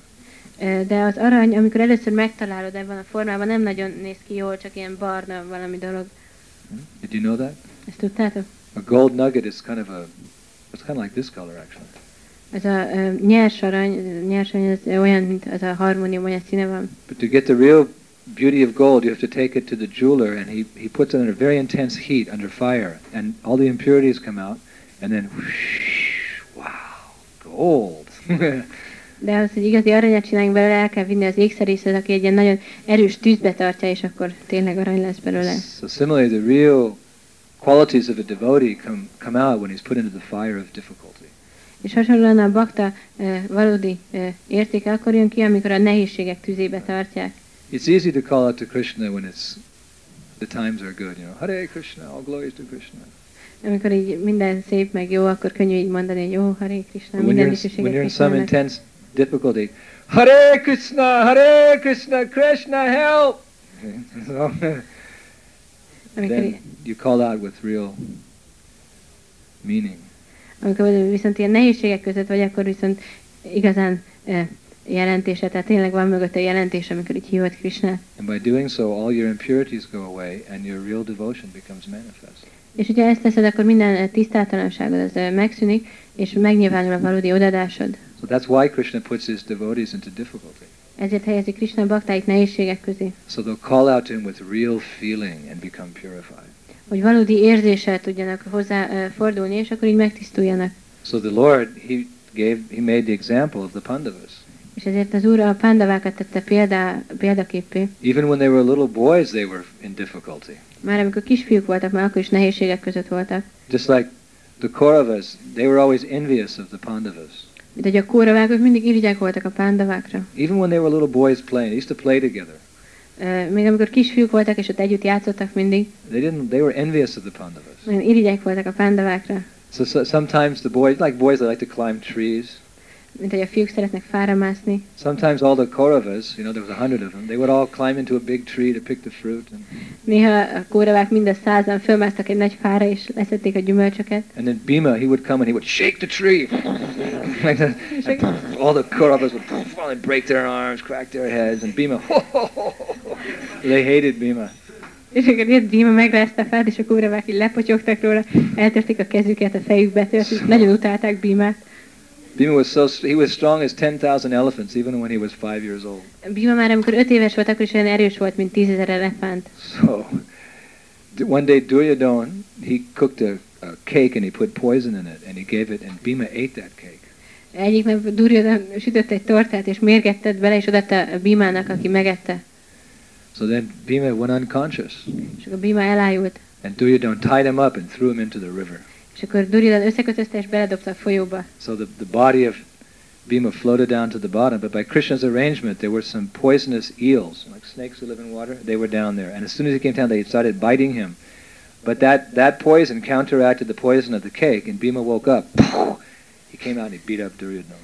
Ö, De az arany, amikor először megtalálod ebben a formában, nem nagyon néz ki jól, csak ilyen barna valami dolog. Hmm? Did you know that? Ezt tudtátok? A gold nugget is kind of a, it's kind of like this color actually. Ez a ö, nyers arany, ö, nyers arany, ez olyan, mint az a harmónium, olyan színe van. But to get the real beauty of gold, you have to take it to the jeweler, and he, he puts it under very intense heat, under fire, and all the impurities come out, and then, whoosh, wow, gold. De ahhoz, hogy igazi aranyat csináljunk belőle, el kell vinni az ékszerészhez, aki egy ilyen nagyon erős tűzbe tartja, és akkor tényleg arany lesz belőle. so similarly, the real qualities of a devotee come, come out when he's put into the fire of difficulty. És hasonlóan a bakta ö, valódi ö, értéke akkor jön ki, amikor a nehézségek tüzébe tartják. It's easy to call out to Krishna when it's the times are good, you know, Hare Krishna, all glories to Krishna. Amikor így minden szép meg jó, akkor könnyű így mondani, hogy jó, Haré Krisna, But when, you're minden in, when you're in dicsőséget some Krisztának. intense difficulty, Hare Krishna, Hare Krishna, Krishna, help! Okay, so, Amikor, then you call out with real meaning. amikor viszont ilyen nehézségek között vagy, akkor viszont igazán ö, jelentése, tehát tényleg van mögötte jelentés, amikor így hívott Krisnát. And by doing so, all your impurities go away and your real devotion becomes manifest. És hogyha ezt teszed, akkor minden eh, tisztátalanságod az eh, megszűnik, és megnyilvánul a valódi odadásod. So that's why Krishna puts his devotees into difficulty. Ezért helyezi Krishna baktáit nehézségek közé, So they'll call out to him with real feeling and become purified. hogy valódi érzéssel tudjanak hozzá eh, fordulni, és akkor így megtisztuljanak. So the Lord, he gave, he made the example of the Pandavas. És ezért az úr a pándavákat tette példá, példaképpé. Even when they were little boys, they were in difficulty. Már amikor kisfiúk voltak, már akkor is nehézségek között voltak. Just like the Kauravas, they were always envious of the Pandavas. Mint hogy a kóravák, ők mindig irigyek voltak a pándavákra. Even when they were little boys playing, they used to play together. Ö, Még amikor kisfiúk voltak, és ott együtt játszottak mindig, They didn't. They were envious of the Pandavas. nagyon irigyek voltak a pándavákra. So, so sometimes the boys, like boys, they like to climb trees. Mint hogy a fiúk szeretnek fára mászni. Sometimes all the Kauravas, you know, there was a hundred of them, they would all climb into a big tree to pick the fruit, and, Néha a kóravák mind a százan fölmásztak egy nagy fára, és leszették a gyümölcsöket. and then Bhima, he would come and he would shake the tree, like that, and all the Kauravas would fall and break their arms, crack their heads, and Bhima, they hated Bhima. És akkor jött Bhima, megrázta a fát, és a kóravák így lepotyogtak róla, eltörték a kezüket, a fejük betört, és nagyon utálták Bhimát. Bhima was so he was strong as ten thousand elephants, even when he was five years old. Bhima már amikor öt éves volt, akkor is olyan erős volt, mint tízezer elefánt. So d- one day Duryodhan, he cooked a, a cake and he put poison in it and he gave it and Bhima ate that cake. Egyik nap Duryodhan sütött egy tortát, és mérget tett bele, és odatta Bhimának, aki megette. So then Bhima went unconscious És akkor Bhima elájult. and Duryodhan tied him up and threw him into the river. És akkor Duryodhan összekötözte, és beledobta a folyóba. So the, the body of Bhima floated down to the bottom, but by Krishna's arrangement, there were some poisonous eels, like snakes who live in water. They were down there, and as soon as he came down, they started biting him. But that, that poison counteracted the poison of the cake, and Bhima woke up. He came out and he beat up Duryodhana.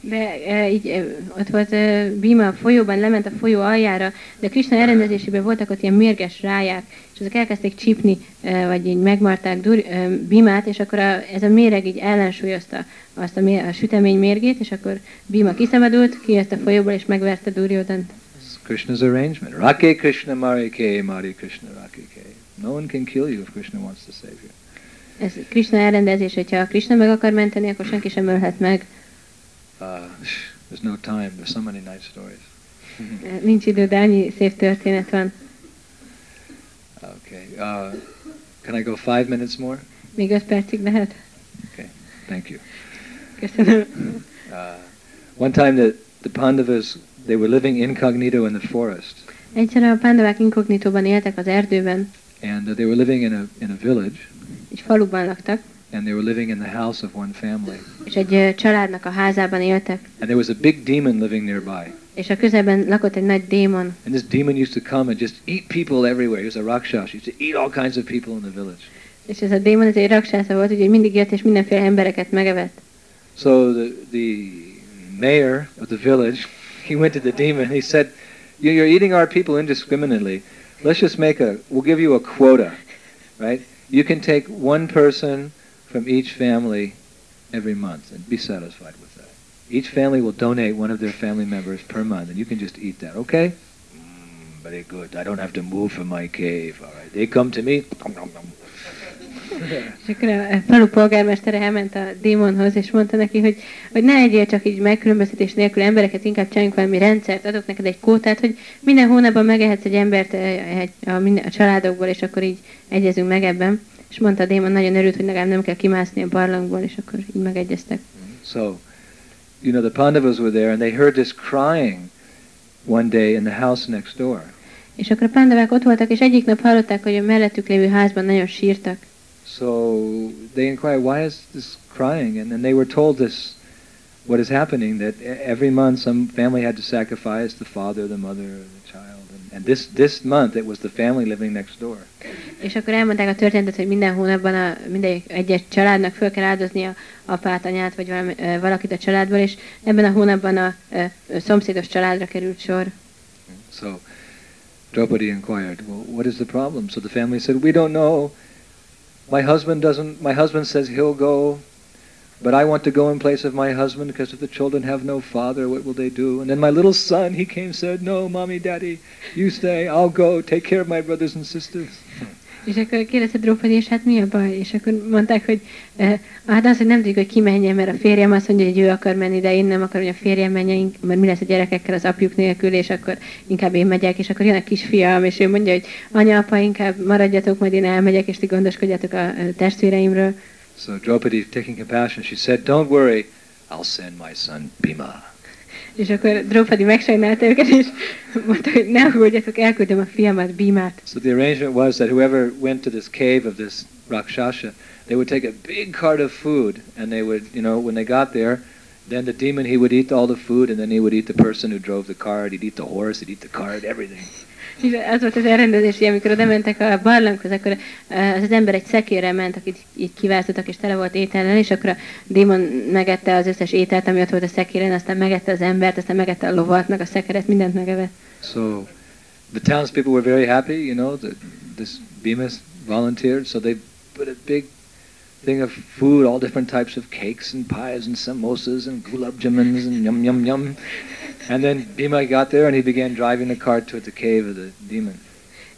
De e, így e, ott volt e, Bhima a folyóban, lement a folyó aljára, de Krishna elrendezésében voltak ott ilyen mérges ráják, és azok elkezdték csípni, e, vagy így megmarták Dur, e, Bhimát, és akkor a, ez a méreg így ellensúlyozta azt a, mé- a sütemény mérgét, és akkor Bhima kiszabadult, kijött a folyóból, és megverte Duryodhant. It's Krishna's arrangement. Rake Krishna Mare Ke Mare Krishna Rake Ke. No one can kill you if Krishna wants to save you. Ez Krishna elrendezés, hogyha a Krishna meg akar menteni, akkor senki sem ölhet meg. Uh, there's no time. There's so many nice stories. E, Nincs idő, de annyi szép történet van. Okay. Uh, can I go five minutes more? Még öt percig lehet? Okay. Thank you. Köszönöm. Uh, one time the, the Pandavas, they were living incognito in the forest. Egyszer a pándavák inkognitóban éltek az erdőben, And uh, they were living in a, in a village. és faluban laktak, And they were living in the house of one family. és egy ö, családnak a házában éltek, And there was a big demon living nearby. és a közelben lakott egy nagy démon, And this demon used to come and just eat people everywhere. He was a Rakshas. He used to eat all kinds of people in the village. és ez a démon ez egy raksásza volt, úgyhogy mindig jött, és mindenféle embereket megevett. So the, the mayor of the village, he went to the demon. He said, "You- "You're eating our people indiscriminately. Let's just make a. We'll give you a quota, right? You can take one person from each family every month and be satisfied with that. Each family will donate one of their family members per month, and you can just eat that. Okay? Mm, very good. I don't have to move from my cave. All right. They come to me. És akkor a a falu polgármestere elment a démonhoz, és mondta neki, hogy, hogy ne egyél csak így megkülönböztetés nélkül embereket, inkább csináljunk valami rendszert, adok neked egy kótát, hogy minden hónapban megehetsz egy embert ö, egy- a, minden- a családokból, és akkor így egyezünk meg ebben. És mondta a démon, nagyon örült, hogy legalább nem kell kimászni a barlangból, és akkor így megegyeztek. So, you know, the Pandavas were there, and they heard this crying one day in the house next door. És akkor a pándavák ott voltak, és egyik nap hallották, hogy a mellettük lévő házban nagyon sírtak. So they inquired, why is this crying? And then they were told this, what is happening, that e- every month some family had to sacrifice the father, the mother, the child. And, and this, this month it was the family living next door. És akkor elmondták a történetet, hogy minden hónapban a, minden egyes családnak föl kell áldoznia apát, anyát, vagy valami, ö, valakit a családból, és ebben a hónapban a, ö, ö, szomszédos családra került sor. So Draupadi inquired, well, what is the problem? So the family said, we don't know. My husband doesn't, my husband says he'll go. But I want to go in place of my husband because if the children have no father, what will they do? And then my little son, he came and said, No, mommy, daddy, you stay. I'll go. Take care of my brothers and sisters. És akkor kérdezte Drópadi, és hát mi a baj? És akkor mondták, hogy eh, hát az, hogy nem tudjuk, hogy ki menjen, mert a férjem azt mondja, hogy ő akar menni, de én nem akarom, hogy a férjem menjen, ink- mert mi lesz a gyerekekkel az apjuk nélkül, és akkor inkább én megyek, és akkor jön a kisfiam, és ő mondja, hogy anya, apa, inkább maradjatok, majd én elmegyek, és ti gondoskodjatok a eh, testvéreimről. So Draupadi, taking compassion, she said, Don't worry, I'll send my son Bhima. És akkor Drópadi megsajnálta őket, és mondta, hogy ne aggódjatok, elküldöm a fiamat, Bímát. So the arrangement was that whoever went to this cave of this Rakshasa, they would take a big cart of food, and they would, you know, when they got there, then the demon, he would eat all the food, and then he would eat the person who drove the cart, he'd eat the horse, he'd eat the cart, everything. És az volt az elrendezés, hogy amikor oda mentek a barlanghoz, akkor eh, az az ember egy szekérrel ment, akit így kiváltottak, és tele volt étellel, és akkor a démon megette az összes ételt, ami ott volt a szekéren, aztán megette az embert, aztán megette a lovat, meg a szekeret, mindent megevett. So the townspeople were very happy, you know, that this Bemis volunteered. So they put a big thing of food, all different types of cakes and pies and samosas and gulab jamuns and yum yum yum. And then Bhima got there and he began driving the cart toward the cave of the demon.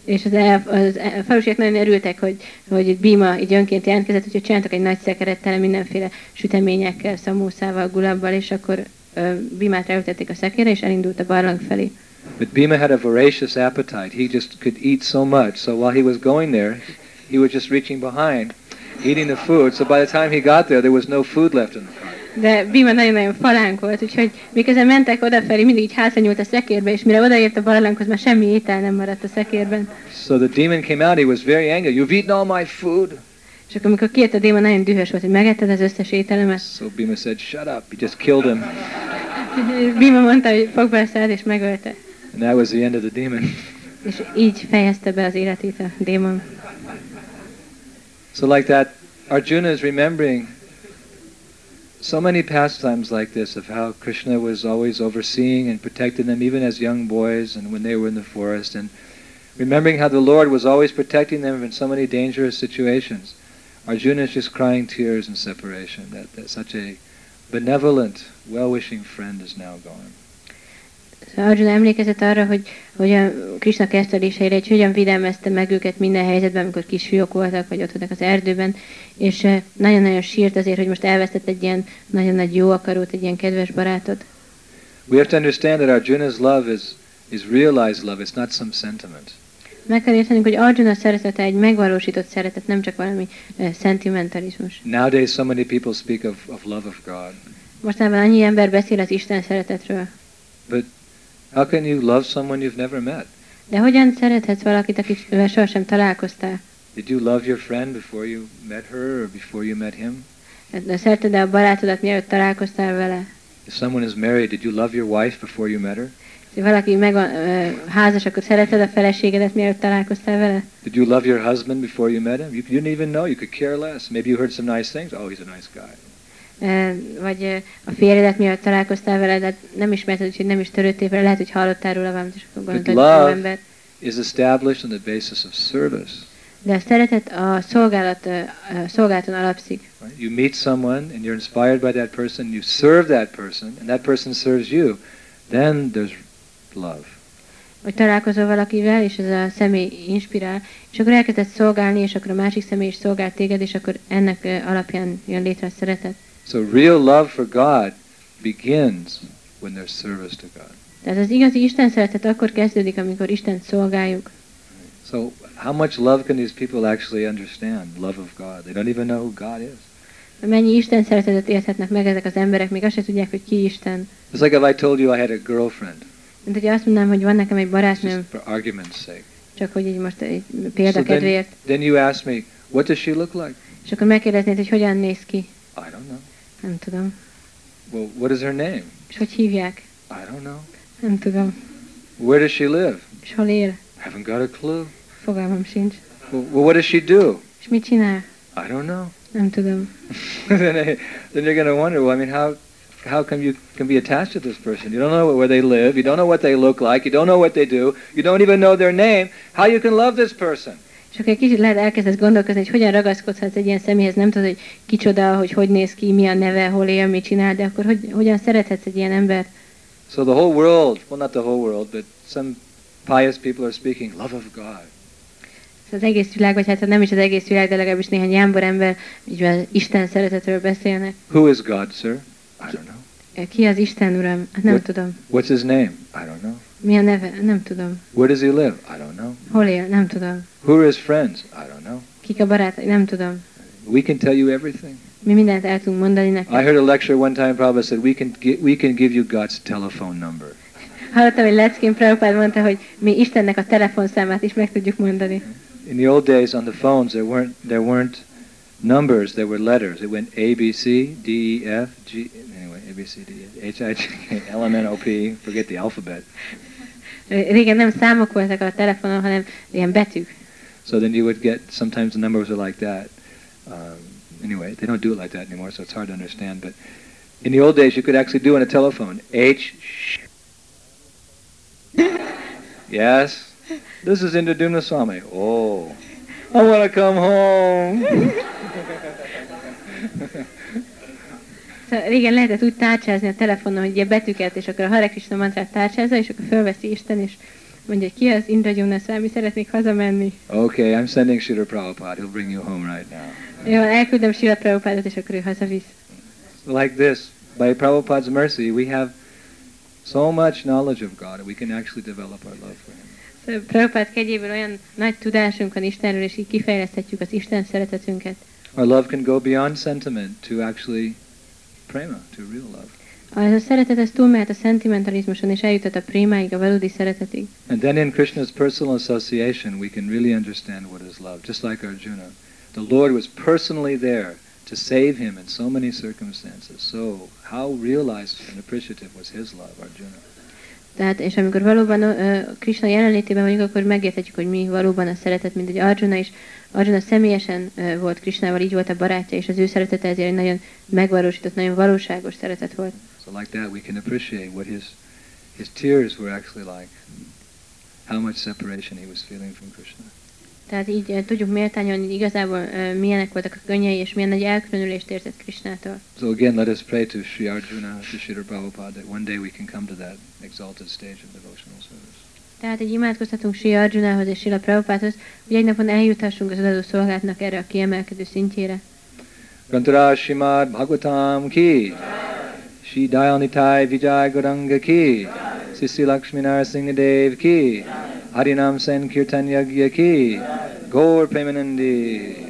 És az, el, az el, a falusiak nagyon örültek, hogy, hogy itt Bima így önként jelentkezett, úgyhogy csináltak egy nagy szekeret tele mindenféle süteményekkel, szamószával, gulabbal, és akkor ö, Bimát ráültették a szekére, és elindult a barlang felé. But Bhima had a voracious appetite. He just could eat so much. So while he was going there, he was just reaching behind, eating the food. So by the time he got there, there was no food left in the cart. De Bima nagyon-nagyon falánk volt, úgyhogy miközben mentek odafelé, mindig így hátra nyúlt a szekérbe, és mire odaért a barlanghoz, már semmi étel nem maradt a szekérben. So the demon came out. He was very angry. You've eaten all my food. És akkor, amikor kijött a démon, nagyon dühös volt, hogy megetted az összes ételemet. So Bhima said, "Shut up!" He just killed him, Bima mondta, hogy fog be a szád, és megölte. and that was the end of the demon. És így fejezte be az életét a démon. So like that, Arjuna is remembering so many pastimes like this of how Krishna was always overseeing and protecting them, even as young boys and when they were in the forest, and remembering how the Lord was always protecting them from so many dangerous situations. Arjuna is just crying tears in separation that, that such a benevolent, well-wishing friend is now gone. Szóval Arjuna emlékezett arra, hogy, hogy a Krishna kerteléseire, hogy hogyan védelmezte meg őket minden helyzetben, amikor kisfiúk voltak, vagy ott voltak az erdőben, és eh, nagyon-nagyon sírt azért, hogy most elvesztett egy ilyen nagyon nagy jó akarót, egy ilyen kedves barátot. We have to understand that Arjuna's love is, is realized love. It's not some sentiment. Meg kell értenünk, hogy Arjuna szeretete egy megvalósított szeretet, nem csak valami eh, szentimentalizmus. Nowadays, so many people speak of, of love of God. Mostanában annyi ember beszél az Isten szeretetről. But how can you love someone you've never met? De hogyan szerethetsz valakit, akivel sohasem találkoztál? Did you love your friend before you met her or before you met him? Eh, Szereted el a barátodat, mielőtt találkoztál vele? If someone is married, did you love your wife before you met her? Ha valaki meg van, ö, házas, akkor szereted a feleségedet, mielőtt találkoztál vele? Did you love your husband before you met him? You, you didn't even know. You could care less. Maybe you heard some nice things. Oh, he's a nice guy. Ö, Vagy ö, a férjedet, mielőtt találkoztál vele, de nem ismerted, úgyhogy nem is törődtél vele, lehet, hogy hallottál róla valamit, és akkor But gondoltad, hogy jó love ember. is established on the basis of service. De a szeretet a szolgálat, ö, a szolgálaton alapszik. Right? You meet someone and you're inspired by that person, you serve that person, and that person serves you. Then there's love. Hogy találkozol valakivel, és ez a személy inspirál, és akkor elkezded szolgálni, és akkor a másik személy is szolgál téged, és akkor ennek ö, alapján jön létre a szeretet. So real love for God begins when there's service to God. Tehát az igazi Isten szeretet akkor kezdődik, amikor Isten szolgáljuk. So how much love can these people actually understand? Love of God. They don't even know who God is. Mennyi Isten szeretetet érthetnek meg ezek az emberek, még azt se tudják, hogy ki Isten. It's like if I told you I had a girlfriend, Mint hogy azt mondanám, hogy van nekem egy just barátnőm, for argument's sake. csak hogy így most egy So példa then, kedvéért, then you ask me, what does she look like? és akkor megkérdeznéd, hogy hogyan néz ki. I don't know. Nem tudom. Well, what is her name? És hogy hívják? I don't know. Nem tudom. Where does she live? És hol él? I haven't got a clue. Fogalmam sincs. Well, well what does she do? És mit csinál? I don't know. Nem tudom. then, I- then you're going to wonder, well, I mean, how, how come you can be attached to this person? You don't know where they live. You don't know what they look like. You don't know what they do. You don't even know their name. How you can love this person? És akkor egy kicsit lehet elkezdesz gondolkozni, hogy hogyan ragaszkodhatsz egy ilyen személyhez, nem tudod, hogy kicsoda, hogy hogy néz ki, mi a neve, hol él, mit csinál, de akkor hogy, hogyan szerethetsz egy ilyen embert. So the whole world, well, not the whole world, but some pious people are speaking love of God. És az egész világ, vagy hát ha nem is az egész világ, de legalábbis néhány jámbor ember, így van, Isten szeretetről beszélnek. Who is God, sir? I don't know. Ki az Isten, Uram? Hát nem What- tudom. What's his name? I don't know. Mi a neve? Nem tudom. Where does he live? I don't know. Hol él? Nem tudom. Who are his friends? I don't know. Kik a barátai? Nem tudom. We can tell you everything. Mi mindent el tudunk mondani I neked. heard a lecture one time, Prabhupada said, we can, gi- we can give you God's telephone number. Hallottam, hogy Leckén Prabhupád mondta, hogy mi Istennek a telefonszámát is meg tudjuk mondani. In the old days, on the phones, there weren't, there weren't numbers, there were letters. It went A, B, C, D, E, F, G, anyway, A, B, C, D, E, F, H, I, J, K, L, M, N, O, P, forget the alphabet. Régen nem számok voltak a telefonon, hanem ilyen betűk. So then you would get, sometimes the numbers are like that. Um, anyway, they don't do it like that anymore, so it's hard to understand. But in the old days, you could actually do on a telephone H. sh- yes? This is Indradumna Swami. Oh, I want to come home. Szóval régen lehetett úgy tárcsázni a telefonon, hogy ilyen betűket, és akkor a Hare Krishna mantrát tárcsázza, és akkor fölveszi Isten, és mondja, hogy ki az Indra Gyumna Swami, szeretnék hazamenni. okay, I'm sending Sridhar Prabhupada. He'll bring you home right now. Jó, elküldöm Sila Prabhupádot, és akkor ő hazavisz. Like this, by Prabhupada's mercy, we have so much knowledge of God that we can actually develop our love for Him. Szóval Prabhupád kegyéből olyan nagy tudásunk van Istenről, és így kifejleszthetjük az Isten szeretetünket. Our love can go beyond sentiment to actually prema, to real love. Az a szeretet, ez túlmehet a szentimentalizmuson, és eljutott a prémáig, a valódi szeretetig. And then in Krishna's personal association, we can really understand what is love, just like Arjuna. The Lord was personally there to save him in so many circumstances. So, how realized and appreciative was his love, Arjuna? Tehát, és amikor valóban ö, Krishna jelenlétében vagyunk, akkor megérthetjük, hogy mi valóban a szeretet, mint egy Arjuna is. Arjuna személyesen ö, volt Krishnával, így volt a barátja, és az ő szeretete ezért egy nagyon megvalósított, nagyon valóságos szeretet volt. So, like that, we can appreciate what his, his tears were actually like, how much separation he was feeling from Krishna. Tehát így ö, tudjuk méltányolni, hogy igazából ö, milyenek voltak a könnyei, és milyen nagy elkülönülést érzett Krishnától. So again, let us pray to Sri Arjuna, to Sridhar Prabhupada, that one day we can come to that exalted stage of devotional service. Tehát így imádkozhatunk Sri Arjunához és Sila Prabhupádhoz, hogy egy napon eljuthassunk az adó szolgálatnak erre a kiemelkedő szintjére. Grantara Srimad Bhagavatam ki. Shri Dayal Nitai Vijay Goranga ki. Sisi Lakshmi Narasimha Dev ki. Harinam Sen Kirtan Yagya ki. Gaur Premanandi.